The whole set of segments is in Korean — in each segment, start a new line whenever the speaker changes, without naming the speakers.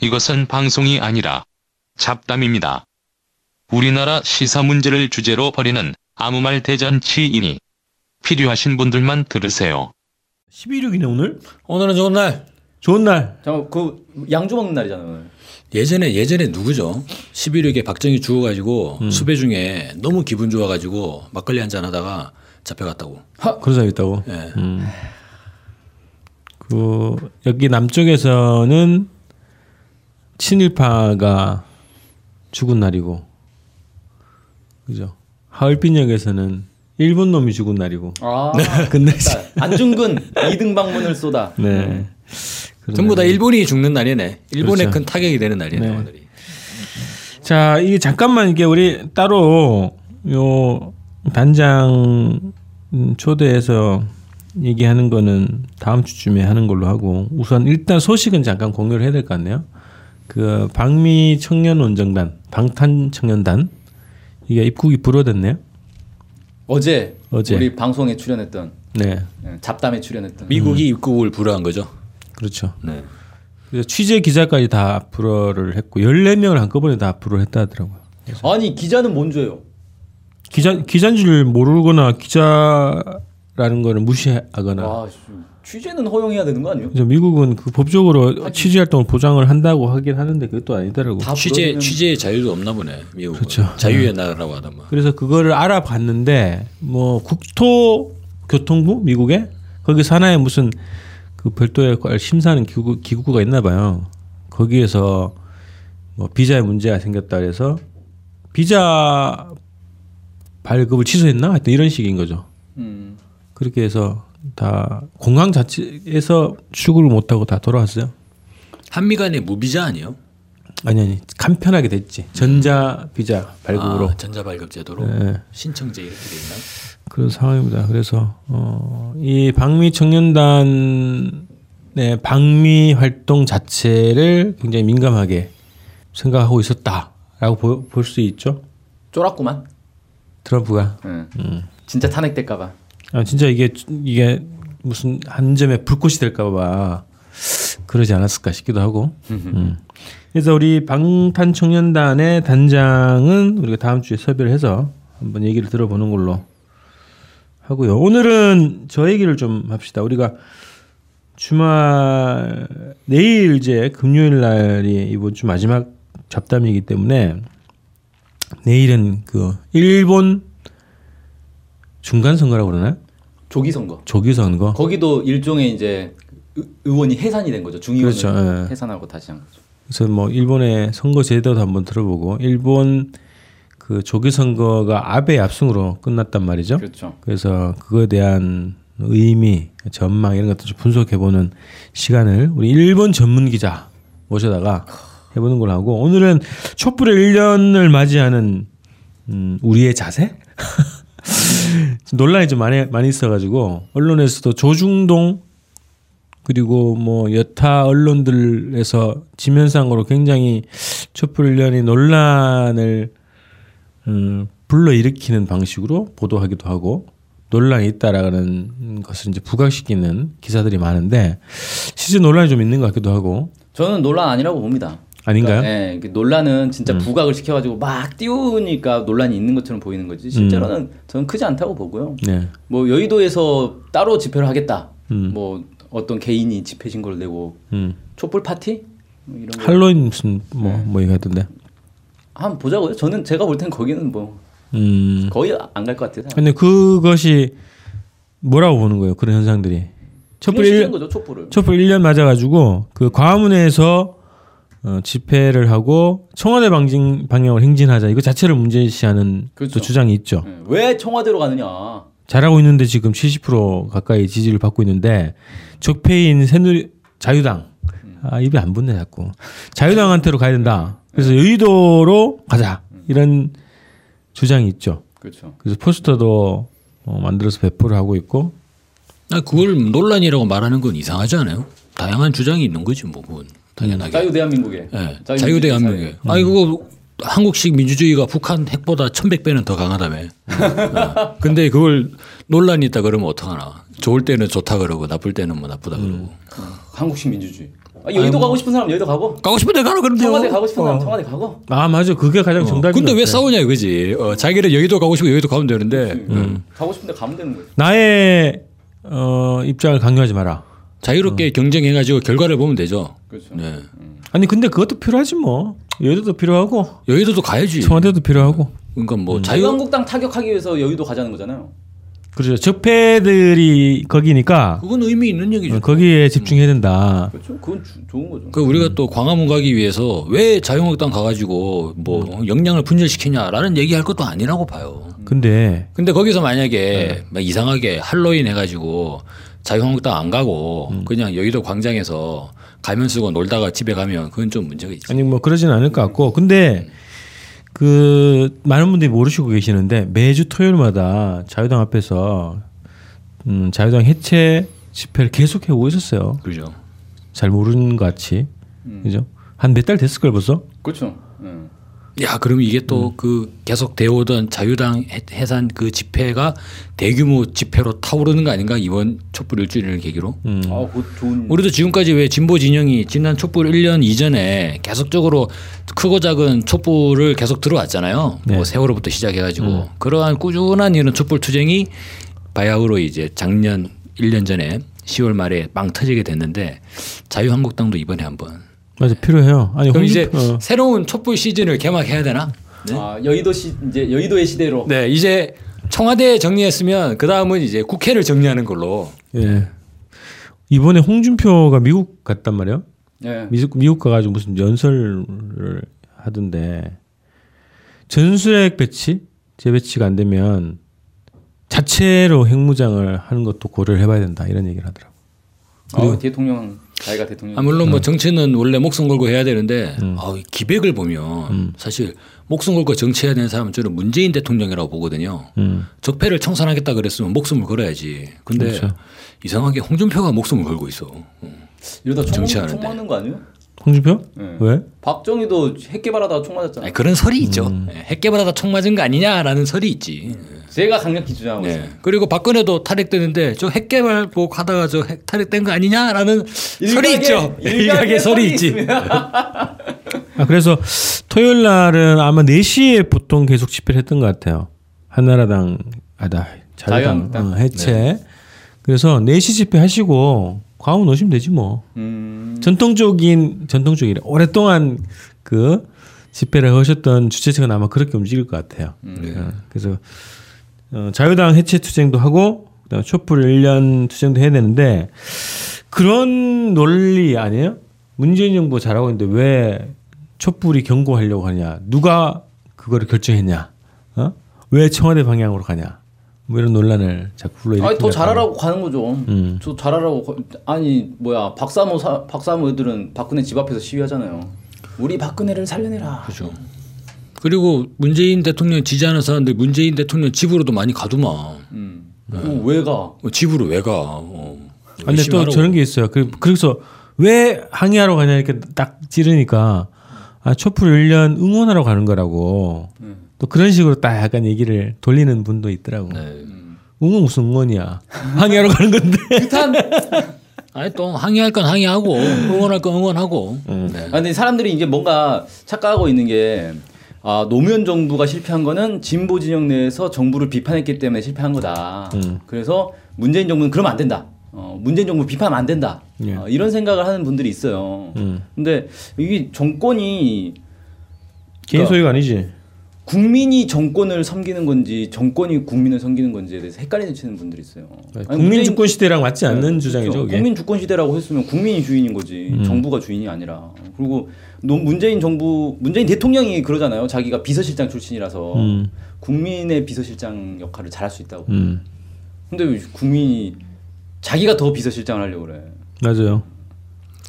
이것은 방송이 아니라 잡담입니다. 우리나라 시사 문제를 주제로 벌이는 아무 말 대잔치이니 필요하신 분들만 들으세요.
12.6이네 오늘?
오늘은 좋은 날.
좋은 날.
잠깐 그 양주 먹는 날이잖아 오늘.
예전에 예전에 누구죠? 11일에 박정희 죽어가지고
음.
수배 중에 너무 기분 좋아가지고 막걸리 한잔 하다가 잡혀갔다고.
그런 사람이 있다고.
예.
음. 그 여기 남쪽에서는 친일파가 죽은 날이고, 그죠? 하얼빈역에서는 일본 놈이 죽은 날이고.
아.
근데
그러니까 안중근 이등 방문을 쏟아.
네. 그런
전부 다 일본이 죽는 날이네. 일본의
그렇죠.
큰 타격이 되는 날이네. 오늘이.
자, 이게 잠깐만 이게 우리 따로 요 단장 음, 초대해서 얘기하는 거는 다음 주쯤에 하는 걸로 하고 우선 일단 소식은 잠깐 공유를 해야 될 것 같네요. 그 방미 청년 원정단, 방탄 청년단 이게 입국이 불허됐네요.
어제,
어제.
우리 방송에 출연했던
네,
예, 잡담에 출연했던
음.
미국이 입국을 불허한 거죠.
그렇죠.
네.
그래서 취재 기자까지 다 불허를 했고 14명을 한꺼번에 다 불허를 했다 하더라고요.
아니 기자는 뭔 죄요?
기자 기자인 줄 모르거나 기자라는 거를 무시하거나
와 씨, 취재는 허용해야 되는 거 아니에요?
그래서 미국은 그 법적으로 취재 활동을 보장을 한다고 하긴 하는데 뭐 그것도 아니더라고.
다
취재
그러면은-
취재의 자유도 없나 보네. 미국은
그렇죠. 네.
자유의 나라라고 하더만.
그래서 그거를 알아봤는데 뭐 국토교통부 미국에 거기 산하에 무슨 그 별도의 걸 심사하는 기구, 기구가 있나 봐요. 거기에서 뭐 비자에 문제가 생겼다 그래서 비자 발급을 취소했나? 하여튼 이런 식인 거죠.
음.
그렇게 해서 다 공항 자체에서 출국을 못 하고 다 돌아왔어요.
한미 간의 무비자 아니요?
아니 아니 간편하게 됐지 전자 비자 발급으로
아, 전자발급 제도로
네.
신청제 이렇게 돼 있나?
그런 상황입니다. 그래서 어, 이 방미 청년단의 방미 활동 자체를 굉장히 민감하게 생각하고 있었다라고 볼 수 있죠.
쫄았구만.
트럼프가
예.
음.
진짜 탄핵될까봐.
아, 진짜 이게 이게 무슨 한 점에 불꽃이 될까봐 그러지 않았을까 싶기도 하고. 음. 그래서 우리 방탄 청년단의 단장은 우리가 다음 주에 섭외를 해서 한번 얘기를 들어보는 걸로 하고요. 오늘은 저 얘기를 좀 합시다. 우리가 주말 내일 이제 금요일 날이 이번 주 마지막 잡담이기 때문에 내일은 그 일본 중간 선거라고 그러나요?
조기 선거.
조기 선거.
거기도 일종의 이제 의- 의원이 해산이 된 거죠. 중의원을
그렇죠. 예.
해산하고 다시 한 거죠.
그래서 뭐 일본의 선거 제도도 한번 들어보고 일본 그 조기 선거가 아베 압승으로 끝났단 말이죠.
그렇죠.
그래서 그거에 대한 의미, 전망 이런 것도 좀 분석해보는 시간을 우리 일본 전문 기자 모셔다가 해보는 걸로 하고 오늘은 촛불의 1년을 맞이하는 음, 우리의 자세 좀 논란이 좀 많이 많이 있어가지고 언론에서도 조중동 그리고 뭐 여타 언론들에서 지면상으로 굉장히 촛불 1년이 논란을 음, 불러일으키는 방식으로 보도하기도 하고 논란이 있다라는 것을 이제 부각시키는 기사들이 많은데 실제 논란이 좀 있는 것 같기도 하고
저는 논란 아니라고 봅니다.
아닌가요?
그러니까, 예, 그 논란은 진짜 부각을 시켜가지고 막 띄우니까 논란이 있는 것처럼 보이는 거지 실제로는 저는 크지 않다고 보고요.
네.
뭐 여의도에서 따로 집회를 하겠다. 뭐 어떤 개인이 집회 신고를 내고
음.
촛불 파티 뭐 이런 거
할로윈 무슨 뭐
네.
뭐 얘기하던데.
한번 보자고요. 저는 제가 볼 땐 거기는 뭐
음.
거의 안 갈 것 같아요.
근데 그것이 뭐라고 보는 거예요? 그런 현상들이. 촛불
촛불
1년,
는 거죠 촛불을.
촛불 1년 맞아가지고 그 광화문에서 어, 집회를 하고 청와대 방진 방향을 행진하자 이거 자체를 문제시하는 또
그렇죠.
주장이 있죠.
예, 왜 청와대로 가느냐?
잘하고 있는데 지금 70% 가까이 지지를 받고 있는데 적폐인 새누리 자유당 아 입이 안 붙네 자꾸 자유당한테로 가야 된다. 그래서
네.
여의도로 가자
음.
이런 주장이 있죠.
그렇죠.
그래서 포스터도 어, 만들어서 배포를 하고 있고
아, 그걸 논란이라고 말하는 건 이상하지 않아요? 다양한 주장이 있는 거지 뭐 그건 당연하게.
자유 대한민국에.
예. 자유
그
대한민국에. 아니 그거 한국식 민주주의가 북한 핵보다 1,100배는 더 강하다며. 어. 근데 그걸 논란이
음.
있다 그러면 어떡하나. 좋을 때는 좋다 그러고 나쁠 때는 뭐 나쁘다 그러고.
한국식 민주주의. 아, 여의도 가고 싶은 사람 여의도 가고
가고 싶은데 가라 그러면
청와대
돼요.
가고 싶은 사람 청와대 가고
아 맞아 그게 가장 정답인
어. 근데
것
왜
같아.
싸우냐 이거지. 어, 자기는 여의도 가고 싶고 여의도 가면 되는데
가고 싶은데 가면 되는 거예요.
나의 어, 입장을 강요하지 마라.
음.
자유롭게 경쟁해가지고 결과를 보면 되죠.
그렇죠.
네.
아니 근데 그것도 필요하지 뭐. 여의도도 필요하고
여의도도 가야지.
청와대도 필요하고.
그러니까 뭐 자유
음. 자유한국당 타격하기 위해서 여의도 가자는 거잖아요.
그렇죠. 적폐들이 거기니까
그건 의미 있는 얘기죠.
어, 거기에 집중해야 된다.
그렇죠. 그건 주- 좋은 거죠.
그 우리가 또 광화문 가기 위해서 왜 자유한국당 가가지고 뭐 역량을 분열시키냐라는 얘기할 것도 아니라고 봐요.
근데
근데 거기서 만약에 막 이상하게 할로윈 해가지고 자유한국당 안 가고 그냥 여의도 광장에서 가면 쓰고 놀다가 집에 가면 그건 좀 문제가 있죠.
아니 뭐 그러진 않을 것 같고 근데 그 많은 분들이 모르시고 계시는데 매주 토요일마다 자유당 앞에서 음, 자유당 해체 집회를 계속해 오고 있었어요.
그죠.
잘 모르는 것 같이
음.
그죠? 한 몇 달 됐을 걸 벌써.
그렇죠. 음.
야, 그럼 이게 또 그 계속 되어오던 자유당 해- 해산 그 집회가 대규모 집회로 타오르는 거 아닌가 이번 촛불 일주일을 계기로?
음.
아, 그 좋은.
우리도 지금까지 왜 진보 진영이 지난 촛불 1년 이전에 계속적으로 크고 작은 촛불을 계속 들어왔잖아요.
네. 음.
뭐 세월호부터 시작해가지고 그러한 꾸준한 이런 촛불 투쟁이 바야흐로 이제 작년 1년 전에 10월 말에 빵 터지게 됐는데 자유한국당도 이번에 한번
맞아 필요해요. 아니
그럼
홍준표-
이제
어.
새로운 촛불 시즌을 개막해야 되나?
아, 여의도 시 이제 여의도의 시대로.
네, 이제 청와대 정리했으면 그 다음은 이제 국회를 정리하는 걸로.
예. 이번에 홍준표가 미국 갔단 말이에요.
네.
예.
미국, 미국 가가지고 무슨 연설을 하던데 전술핵 배치 재배치가 안 되면 자체로 핵무장을 하는 것도 고려를 해봐야 된다 이런 얘기를 하더라고.
아, 대통령 자기가 대통령.
아, 물론
음.
뭐 정치는 원래 목숨 걸고 해야 되는데 아, 이 기백을 보면
음.
사실 목숨 걸고 정치해야 되는 사람은 저는 문재인 대통령이라고 보거든요.
음.
적폐를 청산하겠다 그랬으면 목숨을 걸어야지. 근데
그렇죠.
이상하게 홍준표가 목숨을 걸고 있어.
이러다 총,
정치하는데.
총 맞는 거 아니에요?
홍준표?
네.
왜?
박정희도 핵 개발하다가 총 맞았잖아요.
아니, 그런 설이 있죠.
음.
예, 핵개발하다 총 맞은 거 아니냐라는 설이 있지.
제가 강력히 주장하고
예.
있어요.
그리고 박근혜도 탈핵되는데 저 핵개발 뭐 하다가 저 핵- 탈핵된 거 아니냐라는 설이 있죠.
일각의 설이 있지.
아 그래서 토요일 날은 아마 4시에 보통 계속 집회를 했던 것 같아요. 한나라당 아다 자유당
자유한국당.
어, 해체. 그래서 4시 집회 하시고 광화문 오시면 되지 뭐.
음.
전통적인 전통적이래 오랫동안 그 집회를 하셨던 주최측은 아마 그렇게 움직일 것 같아요.
음.
어,
네.
그래서 어, 자유당 해체 투쟁도 하고 그다음 촛불 1년 투쟁도 해야 되는데 그런 논리 아니에요? 문재인 정부 잘하고 있는데 왜 촛불이 경고하려고 하냐? 누가 그거를 결정했냐? 어? 왜 청와대 방향으로 가냐? 뭐 이런 논란을 자꾸 불러일으키고.
아니 더 잘하라고 가는 거죠.
음.
저 잘하라고 거- 아니 뭐야 박사모 사, 박사모 애들은 박근혜 집 앞에서 시위하잖아요. 우리 박근혜를 살려내라.
그렇죠. 그리고 문재인 대통령 지지하는 사람들 문재인 대통령 집으로도 많이 가두만.
음. 어, 왜 가?
어, 집으로 왜 가? 어.
아,
그
근데 또
열심히
저런 게 있어요. 그, 그래서 왜 항의하러 가냐 이렇게 딱 찌르니까 아 촛불 1년 응원하러 가는 거라고
음.
또 그런 식으로 딱 약간 얘기를 돌리는 분도 있더라고.
하라고. 네.
응원 무슨 응원이야. 항의하러 가는 건데.
아니 또 항의할 건 항의하고 응원할 건 응원하고. 네.
아, 근데 사람들이 이제 뭔가 착각하고 있는 게 아, 노무현 정부가 실패한 거는 진보 진영 내에서 정부를 비판했기 때문에 실패한 거다.
음.
그래서 문재인 정부는 그러면 안 된다. 어, 문재인 정부 비판하면 안 된다.
예. 음.
어, 이런 생각을 하는 분들이 있어요. 근데 이게 정권이
개인
그러니까.
소유가 아니지.
국민이 정권을 섬기는 건지 정권이 국민을 섬기는 건지에 대해서 헷갈리시는 분들이 있어요. 아니,
국민
문재인-
주권 시대랑 맞지 않는 주장이죠. 예. 음.
그렇죠.
그게.
국민 주권 시대라고 했으면 국민이 주인인 거지 정부가 주인이 아니라 그리고 노- 문재인 정부 문재인 대통령이 그러잖아요 자기가 비서실장 출신이라서
음.
국민의 비서실장 역할을 잘할 수 있다고
음.
근데 왜 국민이 자기가 더 비서실장을 하려고 그래
맞아요.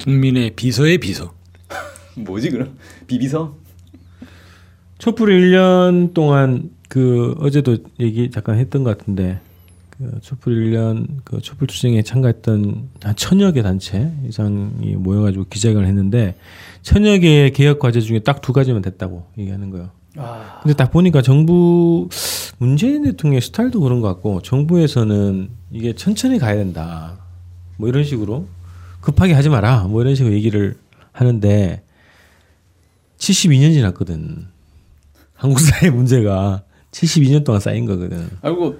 국민의 비서의 비서.
뭐지 그럼 비비서
촛불 1년 동안 그 어제도 얘기 잠깐 했던 것 같은데 그 촛불 1년 그 촛불 투쟁에 참가했던 한 천여 개 단체 이상이 모여가지고 기자회견을 했는데 천여 개의 개혁 과제 중에 딱 두 가지만 됐다고 얘기하는 거예요.
아
근데 딱 보니까 정부 문재인 대통령의 스타일도 그런 것 같고 정부에서는 이게 천천히 가야 된다 뭐 이런 식으로 급하게 하지 마라. 뭐 이런 식으로 얘기를 하는데 72년 지났거든. 한국 사회 문제가 72년 동안 쌓인 거거든.
아이고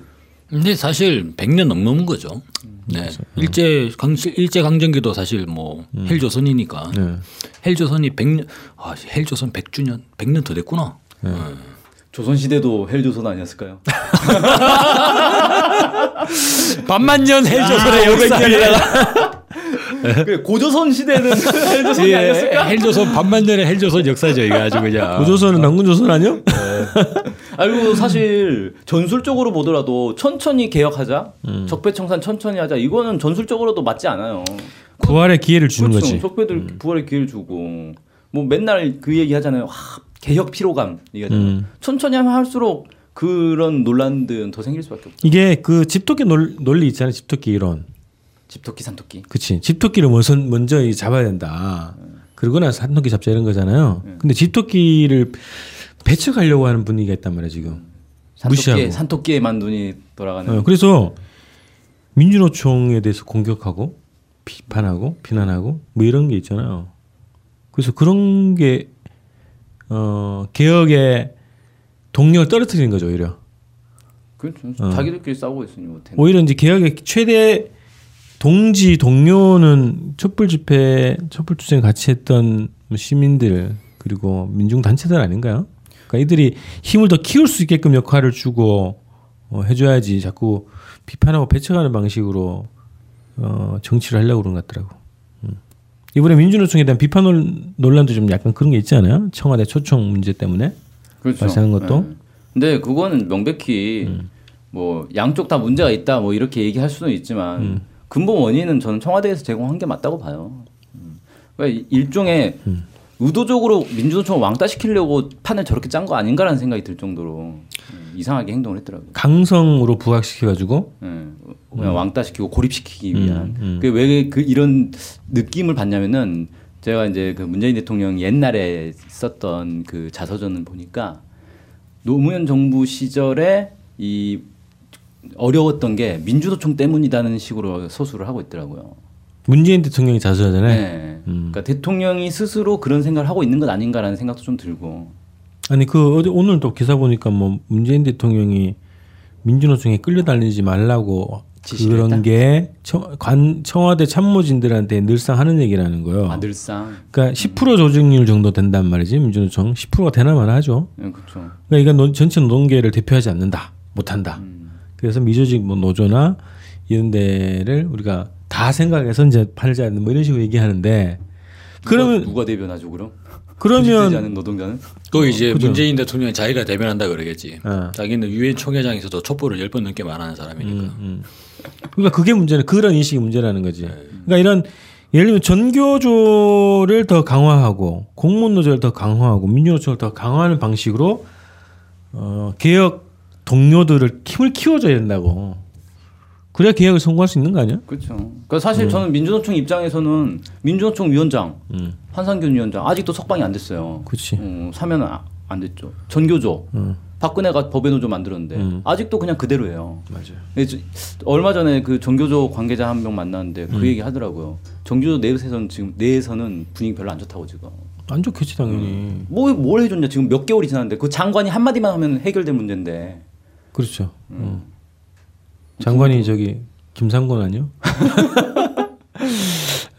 근데 사실 100년 넘넘은 거죠. 네. 일제 강 일제 강점기도 사실 뭐 헬조선이니까
네.
헬조선이 100년 아 헬조선 100주년 100년 더 됐구나.
조선 시대도 헬조선 아니었을까요?
반만년 헬조선의 역사를
그 고조선 시대는
예.
헬조선이 아니었을까?
네. 헬조선 반만년의 헬조선 역사죠 이거 아주 그냥.
고조선은 남군조선 아니요?
아이고 사실 전술적으로 보더라도 천천히 개혁하자,
음.
적폐청산 천천히 하자 이거는 전술적으로도 맞지 않아요.
부활의 기회를 주는
그렇죠.
거지. 음.
적폐들 부활의 기회를 주고 뭐 맨날 그 얘기 하잖아요. 와, 개혁 피로감 얘기하잖아요.
음.
천천히 하면 할수록 그런 논란들은 더 생길 수밖에 없.
이게 그 집토끼 논- 논리 있잖아요. 집토끼 이론.
집토끼 산토끼.
그치. 집토끼를 먼저, 먼저 이 잡아야 된다. 그러고 나서 산토끼 잡자 이런 거잖아요.
네.
근데 집토끼를 배척하려고 하는 분위기가 있단 말이야, 지금. 무시하고.
산토끼의 산토끼에만 눈이 돌아가는.
어, 그래서 민주노총에 대해서 공격하고 비판하고 비난하고 뭐 이런 게 있잖아요. 그래서 그런 게 어, 개혁의 동력을 떨어뜨리는 거죠, 오히려.
그
어.
자기들끼리 싸우고 있으니 뭐 못해.
오히려 이제 개혁의 최대 동지 동료는 촛불 집회, 촛불 투쟁 같이 했던 뭐 시민들 그리고 민중 단체들 아닌가요? 그러니까 이들이 힘을 더 키울 수 있게끔 역할을 주고 어, 해줘야지 자꾸 비판하고 배척하는 방식으로 어, 정치를 하려고 그런 것 같더라고. 음. 이번에 민주노총에 대한 비판 논- 논란도 좀 약간 그런 게 있지 않아요? 청와대 초청 문제 때문에
그렇죠.
발생한 것도? 음.
네. 근데 그거는 명백히 뭐 양쪽 다 문제가 있다 뭐 이렇게 얘기할 수는 있지만
음.
근본 원인은 저는 청와대에서 제공한 게 맞다고 봐요. 음. 그러니까 이- 일종의
음.
의도적으로 민주노총 왕따 시키려고 판을 저렇게 짠 거 아닌가라는 생각이 들 정도로 음, 이상하게 행동을 했더라고요.
강성으로 부각시켜가지고
음, 그냥 왕따 시키고
음,
고립시키기 위한. 그 왜 그 이런 느낌을 받냐면은 제가 이제 그 문재인 대통령 옛날에 썼던 그 자서전을 보니까 노무현 정부 시절에 이 어려웠던 게 민주노총 때문이다는 식으로 서술을 하고 있더라고요.
문재인 대통령이 자수하잖아요.
네.
음.
그러니까 대통령이 스스로 그런 생각을 하고 있는 것 아닌가라는 생각도 좀 들고.
아니 그 어제 오늘 또 기사 보니까 뭐 문재인 대통령이 민주노총에 끌려다니지 말라고
지시를
그런
했다?
게 청, 관, 청와대 참모진들한테 늘상 하는 얘기라는 거예요.
아들상. 네.
그러니까 10% 조직률 정도 된단 말이지 민주노총 10%가 되나마나 하죠.
네, 그렇죠.
그러니까 이건 노- 전체 노동계를 대표하지 않는다, 못한다.
음.
그래서 미조직 뭐 노조나 이런 데를 우리가 다 생각해서 이제 팔지 않는 뭐 이런 식으로 얘기하는데
그러면
그러면
누가 대변하죠 그럼?
그러면
구직되지 않은 노동자는?
또 이제 문재인 대통령이 자기가 대변한다 그러겠지.
어.
자기는 유엔 총회장에서도 촛불을 열 번 넘게 말하는 사람이니까.
그러니까 그게 문제는 그런 인식이 문제라는 거지. 그러니까 이런 예를 들면 전교조를 더 강화하고 공무원 노조를 더 강화하고 민주노총을 더 강화하는 방식으로 어, 개혁 동료들을 힘을 키워줘야 된다고. 그래야 개혁을 성공할 수 있는 거 아니야?
그렇죠. 그러니까 사실
네.
저는 민주노총 입장에서는 민주노총 위원장 한상균 위원장 아직도 석방이 안 됐어요.
음. 그렇지. 음.
어, 사면 아- 안 됐죠. 전교조 박근혜가 법외노조 만들었는데 아직도 그냥 그대로예요.
맞아요.
예, 저- 얼마 전에 그 전교조 관계자 한 명 만났는데
음.
그 얘기 하더라고요. 전교조 내에서는 지금 내에서는 분위기 별로 안 좋다고 지금.
안 좋겠지 당연히.
뭐, 뭘 해줬냐 지금 몇 개월이 지났는데 그 장관이 한마디만 하면 해결될 문제인데
그렇죠. 어. 장관이 저기 김상곤 아니요?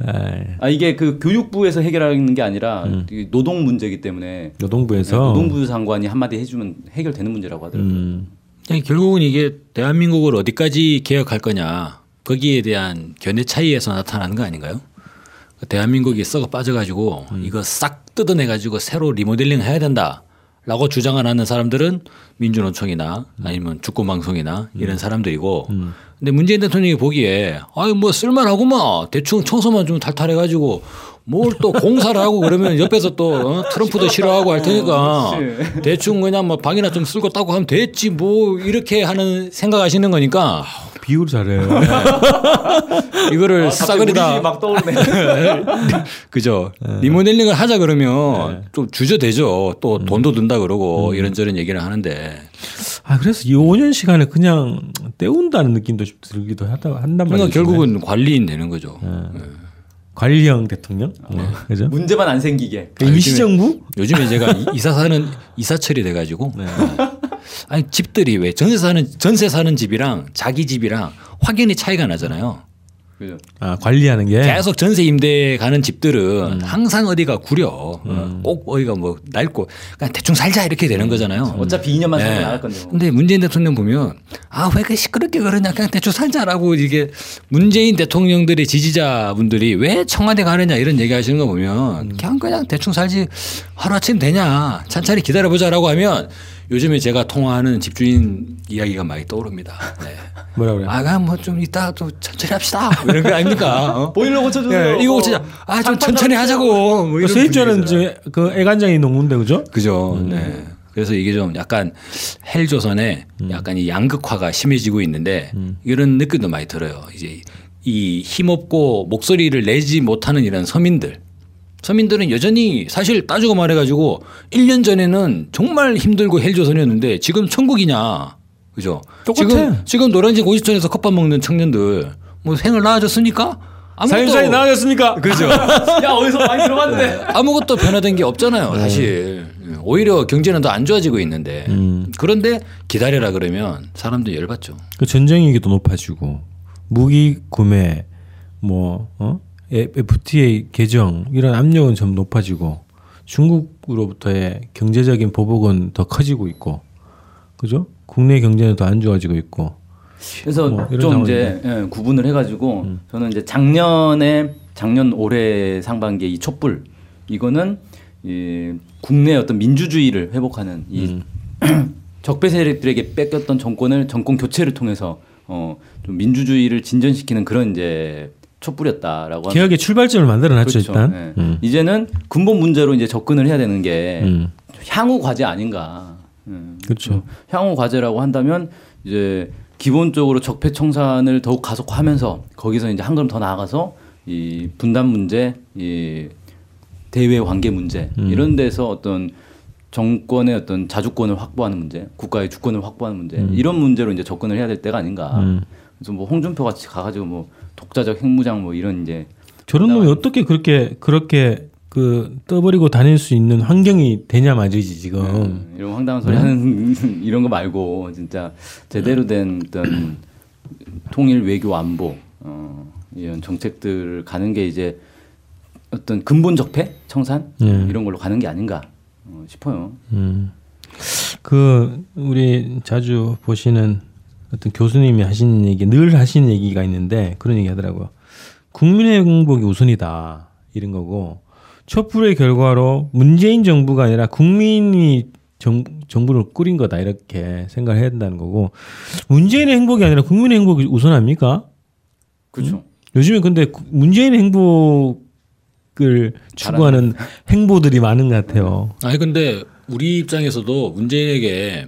아이,
아 이게 그 교육부에서 해결하는 게 아니라
음.
이 노동 문제이기 때문에
네, 노동부에서
네,
음.
노동부 장관이 한마디 해주면 해결되는 문제라고 하더라고요.
아니, 결국은 이게 대한민국을 어디까지 개혁할 거냐 거기에 대한 견해 차이에서 나타나는 거 아닌가요? 대한민국이 썩어 빠져가지고 이거 싹 뜯어내가지고 새로 리모델링 해야 된다라고 주장을 하는 사람들은 민주노총이나 아니면 주권방송이나 이런 사람들이고 근데 문재인 대통령이 보기에 아유 뭐 쓸만하구만 대충 청소만 좀 탈탈해가지고 뭘 또 공사를 하고 그러면 옆에서 또 어? 트럼프도 싫어하고 할 테니까 대충 그냥 뭐 방이나 좀 쓸고 따고 하면 됐지 뭐 이렇게 하는 생각하시는 거니까
비율 잘해요.
이거를
우리
싸그리다
집이 막 떠오르네.
그죠. 리모델링을 하자 그러면 좀 주저되죠. 또 돈도 든다 그러고 이런저런 얘기를 하는데.
아 그래서 이 5년 시간을 그냥 때운다는 느낌도 좀 들기도 하다 한단 말이죠.
그러니까 결국은 관리인 되는 거죠.
관리형 대통령,
아.
어, 그죠?
뭐
문제만 안 생기게.
그러니까 임시정부?
요즘에 제가 이- 이사 사는 이사철이 돼가지고 아니 집들이 왜 전세 사는 전세 사는 집이랑 자기 집이랑 확연히 차이가 나잖아요.
그죠.
아 관리하는 게
계속 전세 임대 가는 집들은 항상 어디가 구려, 꼭 어디가 뭐 낡고 그냥 대충 살자 이렇게 되는 거잖아요.
어차피 2년만 살면
네.
나갈 건데. 뭐.
근데 문재인 대통령 보면 아 왜 그 시끄럽게 그러냐 그냥 대충 살자라고 이게 문재인 대통령들의 지지자분들이 왜 청와대 가느냐 이런 얘기하시는 거
음.
보면 그냥 그냥 대충 살지 하루 아침 되냐 찬찬히 기다려보자라고 하면 요즘에 제가 통화하는 집주인 이야기가 많이 떠오릅니다. 네.
뭐라 그래?
아 그냥 뭐 좀 이따 또 천천히 합시다 뭐 이런 거 아닙니까? 어?
보일러 고쳐주세요.
예, 이거
뭐.
진짜 아좀
장판 그
천천히 하자고 뭐 이런
세입자는
분위기잖아요.
이제 그 애간장이 농군데 그죠?
그죠.
음.
네. 그래서 이게 좀 약간 헬조선의
음.
약간 이 양극화가 심해지고 있는데 이런 느낌도 많이 들어요. 이제 이 힘없고 목소리를 내지 못하는 이런 서민들. 서민들은 여전히 사실 따지고 말해가지고 1년 전에는 정말 힘들고 헬조선이었는데 지금 천국이냐. 그죠.
똑같아.
지금, 지금 노란색 50천에서 컵밥 먹는 청년들 뭐 생활 나아졌습니까?
사임사이
아무것도, 그러니까.
나아졌습니까? 그죠?
야 어디서 많이 들어봤는데.
아무것도 변화된 게 없잖아요. 사실. 오히려 경제는 더 안 좋아지고 있는데 그런데 기다려라 그러면 사람도 열받죠.
그 전쟁이기도 높아지고 무기 구매 뭐 어? FTA 개정 이런 압력은 좀 높아지고 중국으로부터의 경제적인 보복은 더 커지고 있고 그죠? 국내 경제는 더 안 좋아지고 있고
그래서
뭐 이런 음.
좀 이제 예, 구분을 해가지고 저는 이제 작년에 작년 올해 상반기에 이 촛불 이거는 이 국내 어떤 민주주의를 회복하는 이
음.
적폐 세력들에게 뺏겼던 정권을 정권 교체를 통해서 어좀 민주주의를 진전시키는 그런 이제 촛불이었다라고 합니다.
개혁의 출발점을 만들어놨죠
그렇죠.
일단
예.
음.
이제는 근본 문제로 이제 접근을 해야 되는 게
음.
향후 과제 아닌가. 네. 음.
그렇죠.
향후 과제라고 한다면 이제 기본적으로 적폐 청산을 더욱 가속화하면서 거기서 이제 한 걸음 더 나아가서 이 분단 문제, 이 대외 관계 문제 이런 데서 어떤 정권의 어떤 자주권을 확보하는 문제, 국가의 주권을 확보하는 문제 이런 문제로 이제 접근을 해야 될 때가 아닌가.
음.
그래서 뭐 홍준표 같이 가가지고 뭐 독자적 핵무장 뭐 이런 이제
저런 놈이 어떻게 그렇게 그렇게 그 떠버리고 다닐 수 있는 환경이 되냐 말이지 지금
이런 황당한
네.
소리 하는 이런 거 말고 진짜 제대로 된 어떤 통일 외교 안보 어, 이런 정책들을 가는 게 이제 어떤 근본 적폐 청산
예.
이런 걸로 가는 게 아닌가 어, 싶어요.
음. 그 우리 자주 보시는 어떤 교수님이 하시는 얘기 늘 하시는 얘기가 있는데 그런 얘기 하더라고요. 국민의 행복이 우선이다 이런 거고 촛불의 결과로 문재인 정부가 아니라 국민이 정, 정부를 꾸린 거다 이렇게 생각을 해야 된다는 거고 문재인의 행복이 아니라 국민의 행복이 우선합니까?
그렇죠.
요즘에 근데 구- 문재인의 행복을 추구하는 행보들이 많은 것 같아요.
아니 근데 우리 입장에서도 문재인에게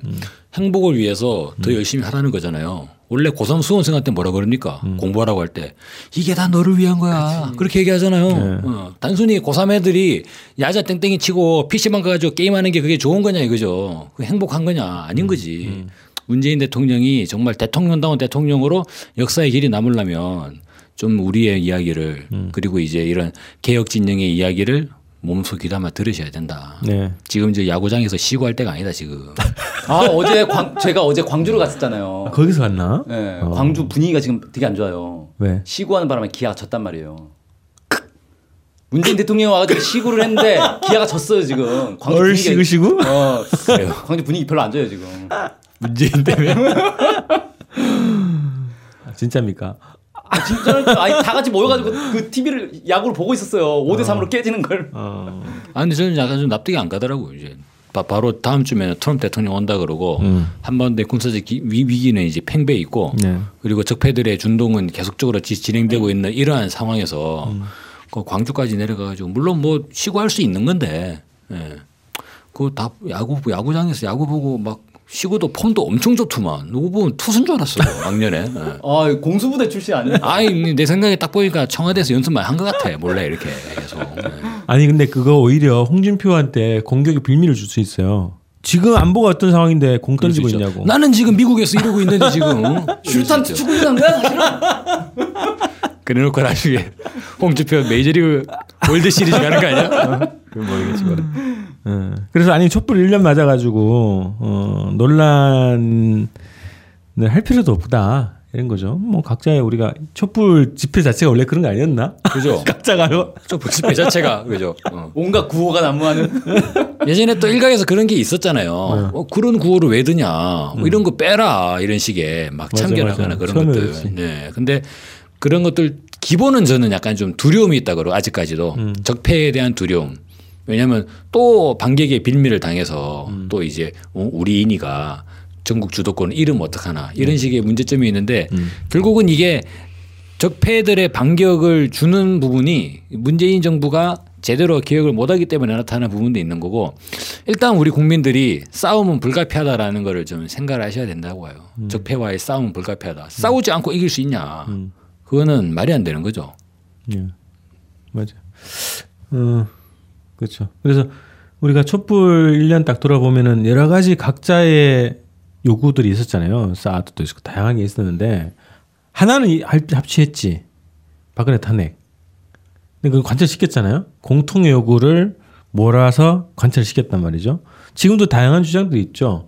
행복을 위해서 더 열심히 하라는 거잖아요. 원래 고3 수험생한테 뭐라 그럽니까? 공부하라고 할 때 이게 다 너를 위한 거야. 음. 그렇게 얘기하잖아요. 어. 단순히 고3 애들이 야자 땡땡이 치고 PC방 가가지고 게임하는 게 그게 좋은 거냐 이거죠. 그게 행복한 거냐 아닌 거지. 문재인 대통령이 정말 대통령다운 대통령으로 역사의 길이 남으려면 좀 우리의 이야기를 그리고 이제 이런 개혁 진영의 이야기를 몸소 귀담아 들으셔야 된다.
네.
지금 이제 야구장에서 시구할 때가 아니다 지금.
아 어제 광, 제가 어제 광주로 갔었잖아요.
거기서 갔나?
예, 광주 분위기가 지금 되게 안 좋아요.
왜?
시구하는 바람에 기아가 졌단 말이에요. 문재인 대통령 와가지고 시구를 했는데 기아가 졌어요 지금. 광주
얼
분위기가-
시구시구?
어, 광주 분위기 별로 안 좋아요 지금.
문재인 때문에? 진짜입니까?
아, 진짜로 아니 다 같이 모여가지고 그 TV를 야구를 보고 있었어요. 5대 3으로 깨지는 걸.
어.
아 근데 저는 약간 좀 납득이 안 가더라고요 이제. 바, 바로 다음 주면 트럼프 대통령 온다 그러고 한반도의 군사적 기- 위- 위기는 이제 팽배해 있고
네.
그리고 적폐들의 준동은 계속적으로 지- 진행되고 있는 이러한 상황에서 그 광주까지 내려가가지고 물론 뭐 시구할 수 있는 건데 예. 그다 야구 야구장에서 야구 보고 막 시구도 폼도 엄청 좋더만 누구 보면 투수인 줄 알았어요 작년에 예.
아 공수부대 출신 아니야?
아이 네, 내 생각에 딱 보니까 청와대에서 연습 많이 한 것 같아 몰래 이렇게 계속 예.
아니 근데 그거 오히려 홍준표한테 공격의 빌미를 줄 수 있어요. 지금 안보가 어떤 상황인데 공 던지고
그렇죠.
있냐고.
나는 지금 미국에서 이러고 있는데 지금
슈탄
이러고 있죠.
축구단 거야 사실은.
그래놓고 나중에 홍준표 메이저리그 월드 시리즈 가는 거 아니야? 어, 그건 모르겠지만.
예. 그래서 아니 촛불 1년 맞아가지고 어, 논란을 할 필요도 없다 이런 거죠. 뭐 각자의 우리가 촛불 집회 자체가 원래 그런 거 아니었나?
그죠?
각자가 뭐
저 불집회 자체가 그죠? 어.
온갖 구호가 난무하는
예전에 또 일각에서 그런 게 있었잖아요.
네.
어, 그런 구호를 왜 드냐. 뭐 이런 거 빼라. 이런 식의 막
음. 맞아,
참견하거나
맞아.
그런
처음에
것들.
그랬지.
네. 근데 그런 것들 기본은 저는 약간 좀 두려움이 있다 그러고 아직까지도
음.
적폐에 대한 두려움. 왜냐하면 또 반객의 빌미를 당해서
음.
또 이제 어, 우리 인이가 전국 주도권 이름 어떡하나
음.
이런 식의 문제점이 있는데 결국은 이게 적폐들의 반격을 주는 부분이 문재인 정부가 제대로 기억을 못하기 때문에 나타나는 부분도 있는 거고 일단 우리 국민들이 싸움은 불가피하다라는 거를 좀 생각을 하셔야 된다고 봐요.
음.
적폐와의 싸움은 불가피하다. 싸우지 않고 이길 수 있냐.
음.
그거는 말이 안 되는 거죠.
예. 맞아. 어, 그렇죠. 그래서 우리가 촛불 1년 딱 돌아보면은 여러 가지 각자의 요구들이 있었잖아요. 사드도 있고 다양하게 있었는데 하나는 이- 합- 합치했지. 박근혜 탄핵. 근데 그걸 관철시켰잖아요. 공통의 요구를 몰아서 관철시켰단 말이죠. 지금도 다양한 주장들이 있죠.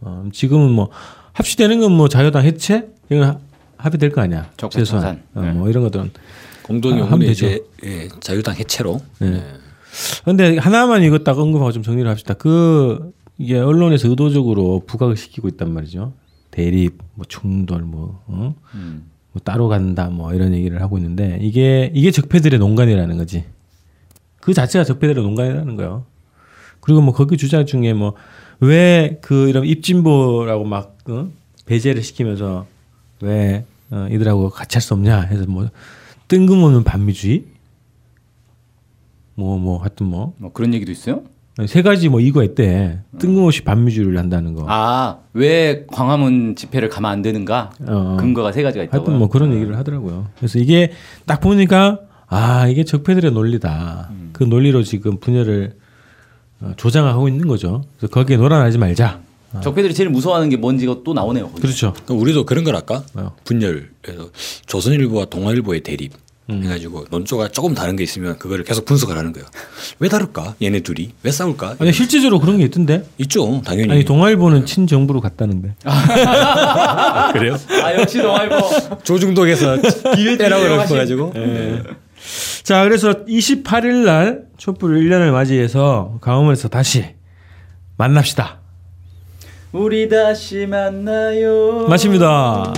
어, 지금은 뭐 합치되는 건 뭐 자유당 해체 이건 하- 합의될 거 아니야.
적폐 청산. 네.
어, 뭐 이런 것들은
공동의
아, 하면
요구는
되죠. 예.
이제 예, 자유당 해체로. 예.
근데 하나만 이거 딱 언급하고 좀 정리를 합시다. 그 이게 언론에서 의도적으로 부각을 시키고 있단 말이죠. 대립, 뭐 충돌, 뭐, 어? 뭐 따로 간다, 뭐 이런 얘기를 하고 있는데 이게 이게 적폐들의 농간이라는 거지. 그 자체가 적폐들의 농간이라는 거예요. 그리고 뭐 거기 주장 중에 뭐 왜 그 이런 입진보라고 막 어? 배제를 시키면서 왜 어, 이들하고 같이 할 수 없냐 해서 뭐 뜬금없는 반미주의 뭐 뭐 하여튼 뭐
뭐 그런 얘기도 있어요?
세 가지 뭐 이거 있대. 뜬금없이 반미주를 한다는 거.
음. 아 왜 광화문 집회를 가면 안 되는가?
어,
근거가 네. 세 가지가 있다고.
하여튼 뭐 그런 얘기를 하더라고요. 그래서 이게 딱 보니까 아 이게 적폐들의 논리다.
음.
그 논리로 지금 분열을 어, 조장하고 있는 거죠. 그래서 거기에 놀아나지 말자.
적폐들이 제일 무서워하는 게 뭔지가 또 나오네요. 거기.
그렇죠.
그럼 우리도 그런 걸 할까?
뭐요?
분열해서 조선일보와 동아일보의 대립
음.
해가지고 논조가 조금 다른 게 있으면 그거를 계속 분석을 하는 거예요. 왜 다를까? 얘네 둘이 왜 싸울까?
아니 실제적으로 그런 게 있던데.
있죠,
예.
당연히.
아니 동아일보는 친정부로 갔다는데.
그래요?
아 역시 동아일보.
조중동에서 때라고
하신-
그래가지고
자, 그래서 28일 날 촛불 1년을 맞이해서 강화문에서 다시 만납시다.
우리 다시 만나요.
맞습니다.